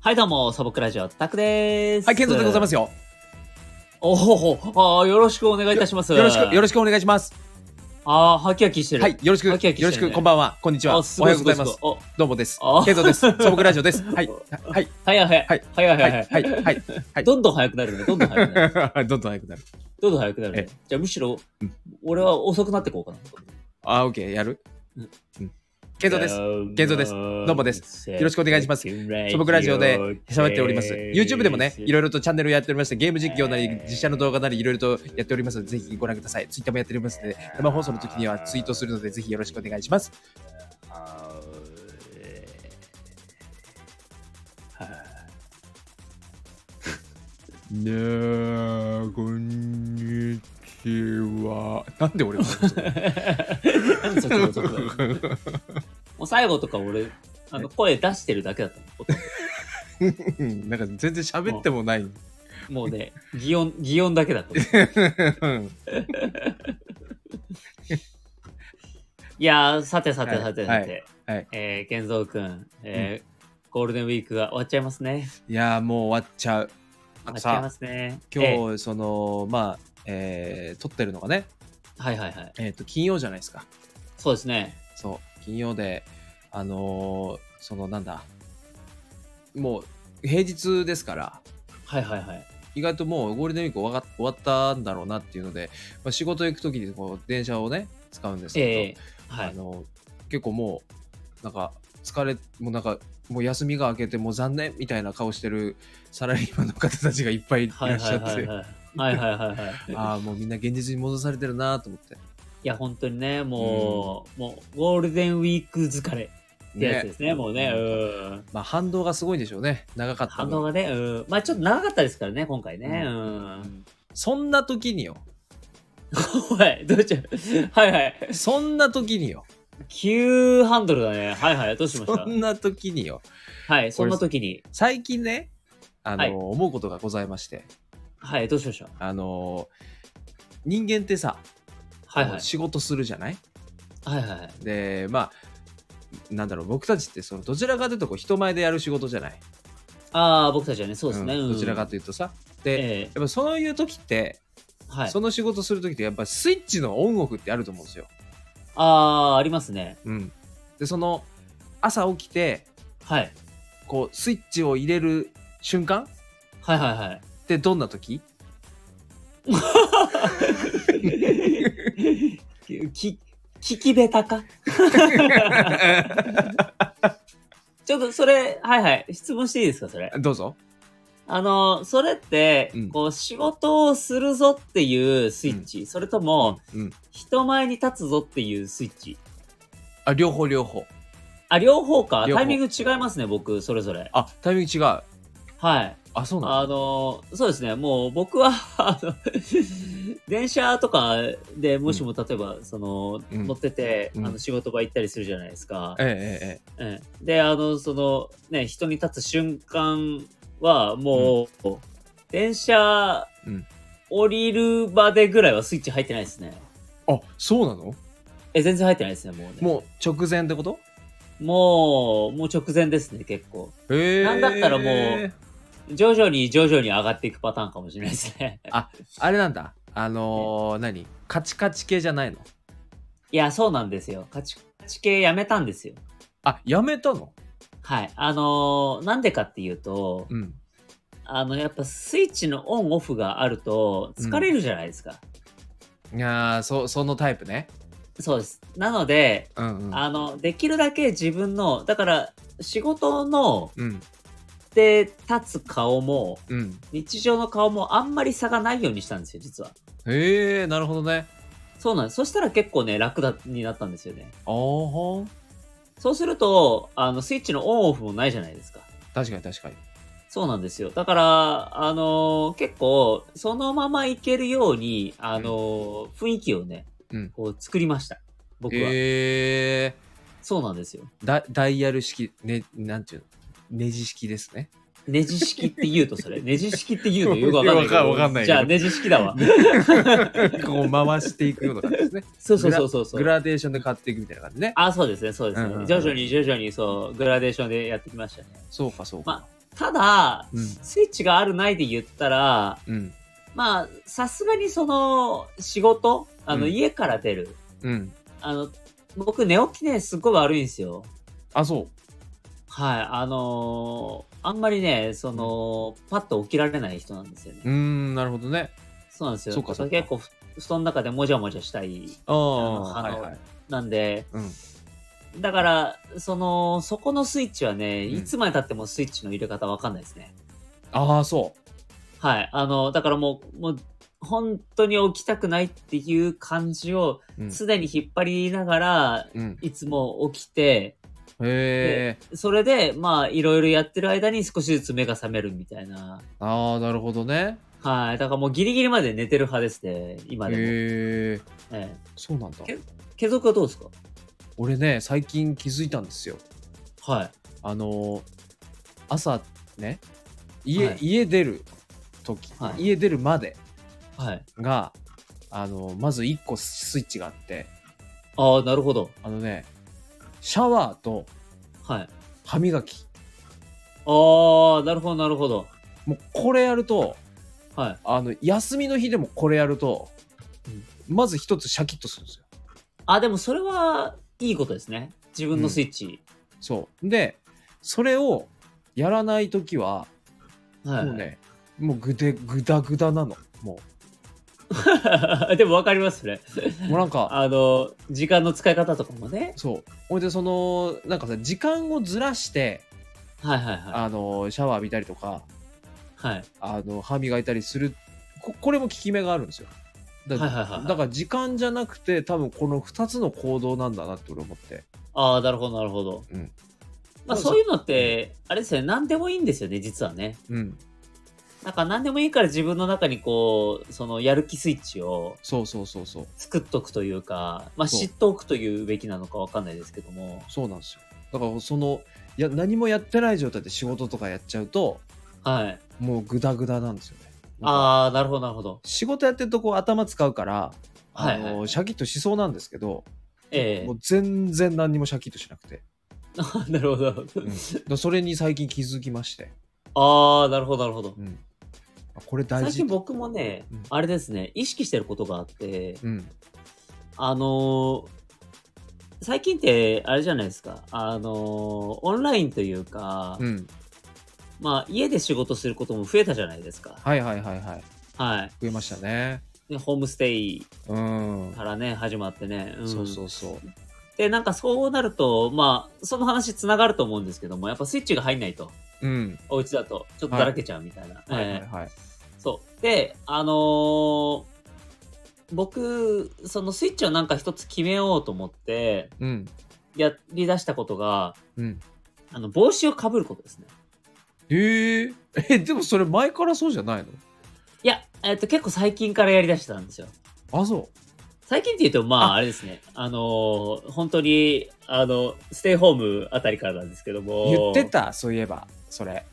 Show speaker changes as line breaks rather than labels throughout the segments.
はい、どうも、素朴ラジオ、タクでーす。。
はい、健三でございますすよ。
おほほ、あーよろしくお願いいたします。
よろしく、よろしくお願いします。
あー、はきはきしてる。
はい、よろしく、
ハキハキして
よ
る
ろ
ね
しく、こんばんは、こんにちは。
あ、
お
す
は
ごい
よう
す
ご
ご
ざ
い
い
す
ま
ごい
す。。
お
どうもです
あ。
健 三です。素朴ラジオです。はい、はい、
早い早い。
はい
早い
は
早
い、
い
はい、
早。
はいい、はい、はい
どんどん早くなるね。どんどん早くなる。
はい。どんどん早くなる。
どんどん早くなるね
え。
じゃあ、むしろ
うん、
俺は遅くなってこうかな。
あ、オッケー、やる
うん。
うん健三です。よ健三です
ど
どうもですよろしくお願いします素朴ラジオで喋っております。YouTube でもね、いろいろとチャンネルやっておりまして、ゲーム実況なり、実写の動画なり、いろいろとやっておりますので、ぜひご覧ください。Twitter もやっておりますので、生放送の時にはツイートするので、ぜひよろしくお願いします。
あーえーはい
ねえ、こんにちは。 なんで俺が
なんでそっちの男だ よもう最後とか俺、あの声出してるだけだったのほとん
うんなんか全然喋ってもない。
ど。もうね、擬音、擬音だけだった。いやー、さてさてさてさて、
はいはい
えー、健三くん、えーゴールデンウィークが終わっちゃいますね。
いやーもう終わっちゃう。
終わ
あの
っちゃいま
さ、
すね。えー
今日そのまあ、えー撮ってるのがね、
はいはいはい。
えっ、と金曜じゃないですか。
そうですね。
そう金曜であのーそのなんだ、もう平日ですから。
はいはいはい。
意外ともうゴールデンウィーク終わが終わったんだろうなっていうので、まあ、仕事行く時にこう電車をね使うんですけど、
えー、は
あ
い。
の結構もうなんか疲れもうなんかもう休みが明けてもう残念みたいな顔してるサラリーマンの方たちがいっぱいい
はい
ら
は
っしゃ
い
って、
はいはい。はいはいはいはい。
ああもうみんな現実に戻されてるなと思って、
いや、本当にね、もう、もう、ゴールデンウィーク疲れってやつですね、もうね、うん。
まあ、反動がすごいでしょうね長かった
反
分
応がね、うん、まあちょっと長かったですからね、今回ね。う。
うん そんな時によ
はい、どうしちゃうはいはい。
そんな時によ
急ハンドルだね。はいはい、どうしまし
そんな時によ
たはい、そんな時に。
最近ねあの、
はい
思うことがございまして
はい、どうしました
あの人間ってさ、
はいはい。
仕事するじゃない
はいはいはい。
でまあなんだろう僕たちってそのどちらかというとこう人前でやる仕事じゃない
ああ、僕たちはね、そうですね。
うん
うん
どちらかというとさで、やっ
ええ
ぱそういう時って、
はい。
その仕事する時ってやっぱスイッチのオンオフってあると思うんですよ、
ああ、ありますね。
うん、でその朝起きて
はい。
こうスイッチを入れる瞬間っ
はいはいはい。
てどん な時
き、聞きべたかちょっとそれ、はいはい。質問していいですか、それ。
どうぞ
あの、それって、
うん
こう、仕事をするぞっていうスイッチ、それとも、
うん
人前に立つぞっていうスイッチ。
あ両方両方
あ、両方か。
両方
タイミング違いますね、僕、それぞれ。
あタイミング違う
はい。
あそうな
あの、そうですね、もう僕は、 あの、電車とかでもしも例えば、その、
うん
乗ってて、
うん
あの仕事場行ったりするじゃないですか
の。えええええ
え
え
えで、あの、その、ね、人に立つ瞬間は、もう、電車、
うん
降りるまでぐらいはスイッチ入ってないですね。
あそうなの
え、全然入ってないですね、もうね。
もう直前ってこと
もう、もう直前ですね、結構。
へえ
なんだったらもう徐々に徐々に上がっていくパターンかもしれないですね。
あれなんだあのー、何カチカチ系じゃないの
いや、そうなんですよ。カチカチ系やめたんですよ。
あやめたの
はい。あのーなんでかっていうと、
うん
あの、やっぱスイッチのオンオフがあると疲れるじゃないですか。
いやーそそのタイプね
そうです。なので、
うんうん
あの、できるだけ自分の、だから仕事の
うん
で立つ顔も、
うん
日常の顔もあんまり差がないようにしたんですよ、実は。
へえなるほどね
そうなんです。そしたら結構ね、楽だ、になったんですよね。
あーはー
そうすると、あの、スイッチのオンオフもないじゃないですか。
確かに確かに
そうなんですよ。だから、あのー結構、そのままいけるように、あのー雰囲気をね、
うん
こう作りました。僕は。
へえ
そうなんですよ。
ダダイヤル式ねなんていうのネジ式で すね
ネジ式って言うとそ れ。ネジ式って言うのよくわかんないけど。
わかんない
じゃあ、ネジ式だわ。
こう回していくような感じですね
そうそうそうそうそ
グ
う。
ラデーションで買っていくみたいな感じね
あ、そうですね、そうですね。
うんうんうん
徐々に徐々にそう、グラデーションでやってきましたね。
そうかそうか、
まただ、
うん
スイッチがあるないで言ったら、
うん
まあ、さすがにその、仕事、あの、
うん
家から出る。
うん
あの、僕、寝起きね、すっごい悪いんですよ。
あそう
はい。あのーあんまりね、その、パッと起きられない人なんですよね。
うーんなるほどね
そうなんですよ。
そうかそうか
結構、ふ布団の中でもじゃもじゃしたい。
ああは
あ
い
の
はい
なんで、
うん
だから、その、そこのスイッチはね、
うん
いつまで経ってもスイッチの入れ方わかんないですね。
ああそ
はい。あの、だからもう、もう、本当に起きたくないっていう感じを、
ううん
すでに引っ張りながら、
うん
いつも起きて、
へえ
それで、まあ、いろいろやってる間に少しずつ目が覚めるみたいな。
ああなるほどね
はい。だからもうギリギリまで寝てる派ですね、今でも。
へえ
え
そうなんだ
けえ継続はどうですか
俺ね最近気づいたんですよ
はい。
あの朝ね家,、
はい
家出る時、
はい
家出るまで
はい。
があのまず1個スイッチがあって
ああ、なるほど。
あのねシャワーと
はい。
歯磨き
ああ、なるほど、なるほど。
もうこれやると
はい。
あの休みの日でもこれやると、まず一つシャキッとするんですよ。
あ、でもそれは、いいことですね。自分のスイッチ。
そうでそれをやらない時は
はい。
もうねもうぐでぐだぐだなのも
でも分かりますね。
うもうなんか
あの、時間の使い方とかもね。
そうほいでそのなんかさ時間をずらして、
はいはいはい。
あのシャワー浴びたりとか
はい。
あの歯磨いたりするここれも効き目があるんですよだ,、
はいはいはいはい
だから時間じゃなくて多分この2つの行動なんだなって俺思って
ああ、なるほど、なるほど。
うん
まあ、そういうのって、あれですよね、何でもいいんですよね、実はね。
うん
なんか、何でもいいから自分の中にこう、その、やる気スイッチを
そうそうそうそう
作っとくというか、まあ、
そう
知っておくというべきなのかわかんないですけども。
そうなんですよだからそのいや何もやってない状態で仕事とかやっちゃうと
はい。
もうグダグダなんですよねなんか
ああ、なるほど、なるほど。
仕事やってるとこう頭使うからあの、
はいはい
シャキッとしそうなんですけど、
ええ
もう全然何にもシャキッとしなくて
なるほど。
だからそれに最近気づきまして、
ああ、なるほど、なるほど。
うん、あこれ大
最
事
近僕もね
うん、
あれですね、意識してることがあって、
うん
あのー最近って、あれじゃないですか、あのーオンラインというか、
うん
まあ、家で仕事することも増えたじゃないですか。
はいはいはいはい
は
増えましたね
い。でホームステイ
うん、
からね、始まってね。うん、
そうそうそう
で、なんかそうなると、まあ、その話つながると思うんですけども、やっぱスイッチが入んないと、
うん
お家だと、ちょっとだらけちゃうみたいな。
はいは
え
い
ー
はい
そう。で、あのー僕、そのスイッチをなんか一つ決めようと思って、
うん
やり出したことが、
うん
あの帽子をかぶることですね。
えー、えでもそれ前からそうじゃないの
いや、えっと、結構最近からやりだしたんですよ。
あそ
最近って言うと、まあ、
あ
あれですね。あのー本当に、あの、ステイホームあたりからなんですけど
う
も。
言ってたそういえばそれ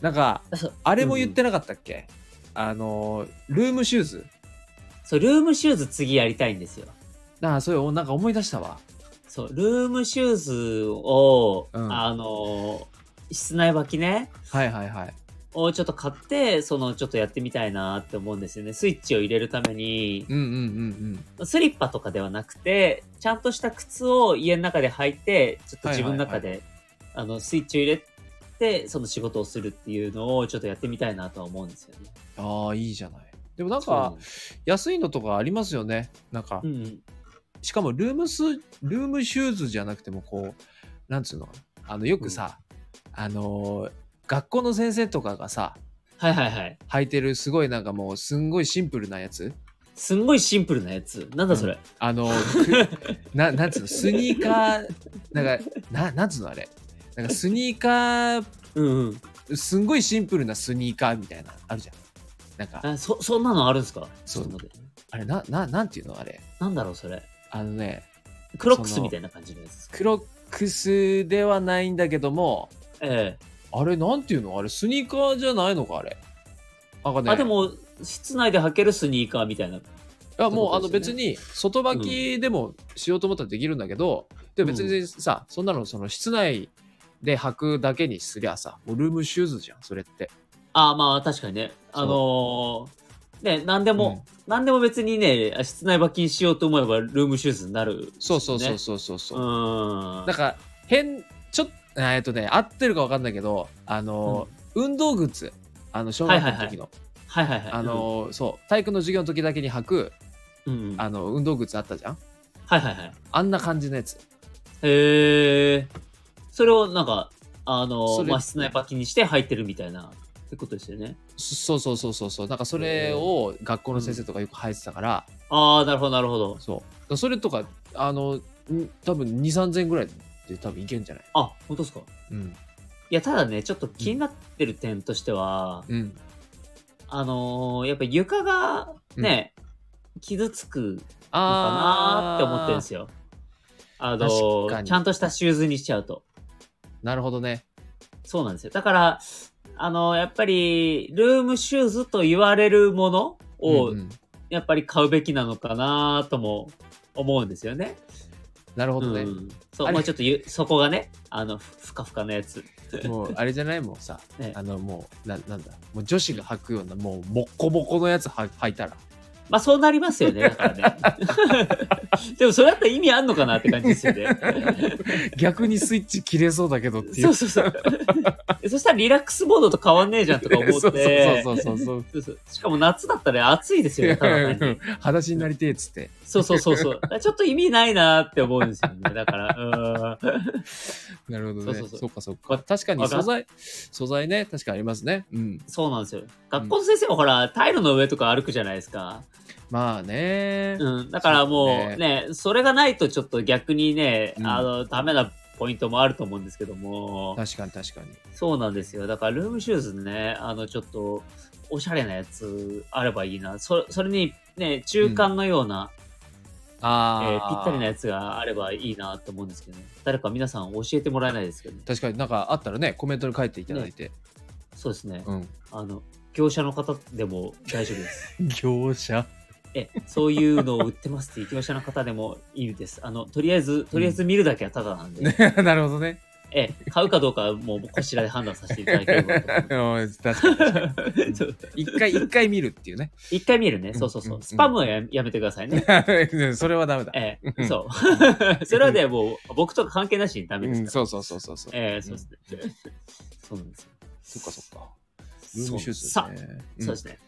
なんか
そう
あれも言ってなかったっけ、あのルームシューズ
そう、ルームシューズ次やりたいんですよ。
あそういうなんか思い出したわ
そう、ルームシューズを、
うん
あのー室内履きね、
はいはいはい
をちょっと買って、その、ちょっとやってみたいなって思うんですよね。スイッチを入れるために、
うんうんうん
スリッパとかではなくて、ちゃんとした靴を家の中で履いて、ちょっと自分の中で、あの、スイッチを入れて、その仕事をするっていうのをちょっとやってみたいなとは思うんですよね。
うんああいいじゃないでもなん
そうな
か
んです
安いのとかありますよねなんか、
うんうん。
しかもルームスルームシューズじゃなくてもこうなんつうのあのよくさ、あのー学校の先生とかがさ
はいはいはい。
履いてるすごいなんかもうすんごいシンプルなやつ
すんごいシンプルなやつ。なんだそれ。
あのーく ななんつうのスニーカーなんかななんつうのあれなんかスニーカ
うん、うん、
ーすんごいシンプルなスニーカーみたいなあるじゃんなんか
あそ、そんなのあるんですか
そう
ちょっと待って
あれなななんていうのあれ
なんだろうそれ。
あのね
クロックスみたいな感じのやつ。
クロックスではないんだけども
ええ
あれなんていうのあれスニーカーじゃないのかあれなんかね
あ、でも、室内で履けるスニーカーみたいな。
いやもうあ
そ
の
うです
別
よ
に外履きでもしようと思ったらできるんだけど、でも別にさそんなのその室内で、履くだけにすりゃさ、もうルームシューズじゃん、それって。
ああ、まあ確かにね。あのー、ね、何でも、何でも別にね、室内履きしようと思えばルームシューズになる、
そうそうそうそうそう
う
そう。
ーん。
なんか変ちょっとえっとね合ってるかわかんないけどあの、運動靴あの小学校の時の、
はいはいはい。
あの、そう体育の授業の時だけに履く
うん、うん。は
あの運動靴あったじゃん
いはいはい。
あんな感じのやつ
へえ。それをなんか、あの
そ
ー、
れ
まあ、室内履きにして履いてるみたいな、ってことですよね。
そそうそうそうそうそうなんかそれを学校の先生とかよく履いてたから、
ああ、なるほどなるほど。
そうそれとかあのん多分2 3千円ぐらいで多分いけんじゃない
あ、本当ですか。
うん
いや、ただね、ちょっと気になってる点としては、
うん
あのーやっぱ床がね、傷つくのかなーって思ってるんですよ。あのー
確かに
ちゃんとしたシューズにしちゃうと。
なるほどね
そうなんですよ。だから、あのーやっぱり、ルームシューズと言われるものを、
うんうん
やっぱり買うべきなのかなーとも思うんですよね。
なるほどね、
うん、そう、
あれ
もうちょっとゆ、そこがね、あの、ふふかふかのやつ。
もうあれじゃないもうさ、
ね
あのもうななんだもう女子が履くようなもうモッコモコのやつは履いたら
まあそうなりますよね、だからね。 でもそれだったら意味あんのかなって感じですよね。
逆にスイッチ切れそうだけどってい
そううそう そう。そしたらリラックスモードと変わんねえじゃんとか思って。
そうそうそうそうそう
そうそうしかも夏だったら暑いですよね、ただ単 に。
裸足になりてえっつって
そうそうそうそう。だからちょっと意味ないなって思うんですよね。だ から、うーん。
なるほどね
そ
そ
そう
う
そう
かそう
わ
か確かに
わか
素材素材ね確かにありますねうん
そうなんですよ。学校の先生もほら、タイルの上とか歩くじゃないですか。
まあね、
うん。だからもう
そう
ね、それがないとちょっと逆にね、
うん
あの、ダメなポイントもあると思うんですけども。
確かに確かに
そうなんですよ。だからルームシューズね、あの、ちょっと、おしゃれなやつあればいいな。そそれに、ね、中間のような、
ああ、
えーぴったりなやつがあればいいなと思うんですけどね。誰か皆さん教えてもらえないですけどね。
確かになんかあったらねコメントに書いていただいて、
そうですね。
うん
あの、業者の方でも大丈夫です。
業者
え、そういうのを売ってますっていう業者の方でもいいです。あの、とりあえず、とりあえず見るだけはただなんで、
なるほどね
え、買うかどうかはもうこちらで判断させていただければと思います。
うん確かに
そう
一回一回見るっていうね
一回見るね。そうそう
うん
そ
うん
う。スパムはややめてくださいね。
それはダメだ
え
う
え、
ん
そう。 それはね、もう僕とか関係なしにダメで
う
す
ん、
から。
そうそうそうそうそう。
ええ、そうですね。そうなんですよ。
そっかそっか。ルー
そ
ム
う
シューズ、ね。
さあ、
ん
そうですね。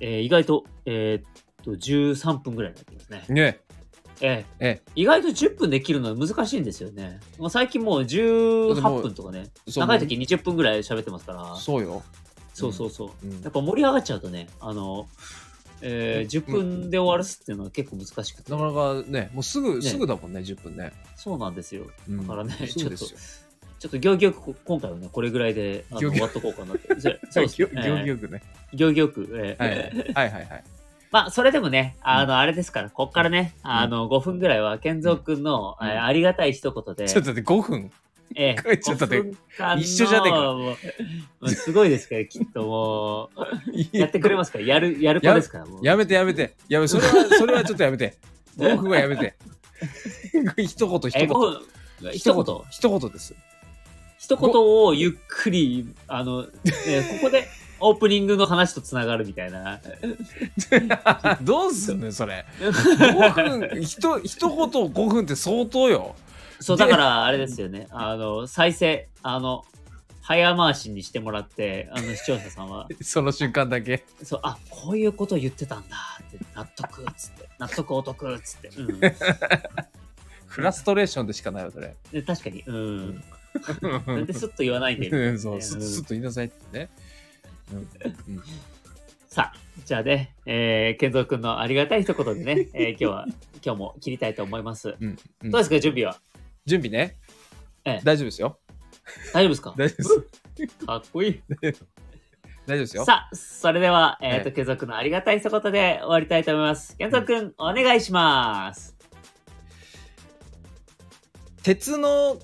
えー意外と、えーっと、13分ぐらいになってますね。
ね
ええ
え
意外と10分で切るのは難しいんですよね。もう最近もう18分とかね、
え、そう
長い時20分ぐらい喋ってますから、
そうよ。
そうそうそう。
うん
やっぱ盛り上がっちゃうとね、あの、えー10分で終わらすっていうのは結構難しくて
な、かなかね、もうすぐ、
ね
すぐだもんね、10分ね。
そうなんですよ。
うん
だからね
そうですよ。
ちょっと行儀よくこ今回はね、これぐらいであの
行
終
儀よ
わっとこうかなって。そうそう
行
ですねえ
儀
ー
よくね。
行儀よく。えー
はい
えー
はいはいはい。
まあ、それでもね、あの、あれですから、こっからね、あの、5分ぐらいは、健三くんの、
うん
えーありがたい一言で、
ちょっと待って、5分。
え
ごめんちょっと待って
て
一緒じゃねえか
もうもうすごいですから、きっとも う、やってくれますから、やる、やる子
や
ですから、もう。
やめてやめて。やめ、そ れは、それはちょっとやめて。5分はやめて。一言、
え
一
ー、5
言。
分、一言、
一言 です。
一言をゆっくり、あの、ね、ここで、オープニングの話とつながるみたいな。
どうすんのよ、それ。5分、ひと一言5分って相当よ。
そう、
で
だからあれですよね。あの、再生、あの、早回しにしてもらって、あの、視聴者さんは、
その瞬間だけ。
そう、あ、こういうこと言ってたんだって、納得っつ って、納得お得っつって、うん。
フラストレーションでしかないわ、それ。
で確かに、うん。
う
なんでスッと言わないんで、
んそう、
う
す
ん
すっと言いなさいってね。うん
さあ、じゃあね、えー、健三くんのありがたい一言でね、えー今 日は、今日も切りたいと思います。
うんうん
どうですか、準備は。
準備ね
ええ。
大丈夫ですよ。
大丈夫ですか
大丈夫です。
かっこいい。
大丈夫ですよ。
さあ、それでは、えっ、
ええ
と、健三くんのありがたい一言で終わりたいと思います。健三くん、お願いします。
鉄の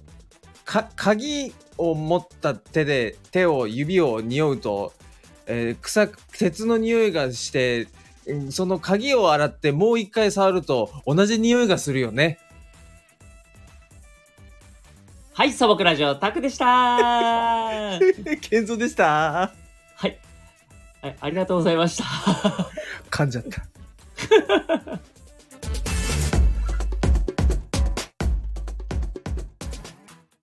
か鍵を持った手で手を指を匂うと、えー臭く鉄の匂いがして、うんその鍵を洗ってもう一回触ると同じ匂いがするよね。
はい、素朴ラジオ、タクで したは
健三でした。
い。はい、ありがとうございました。
噛んじゃった。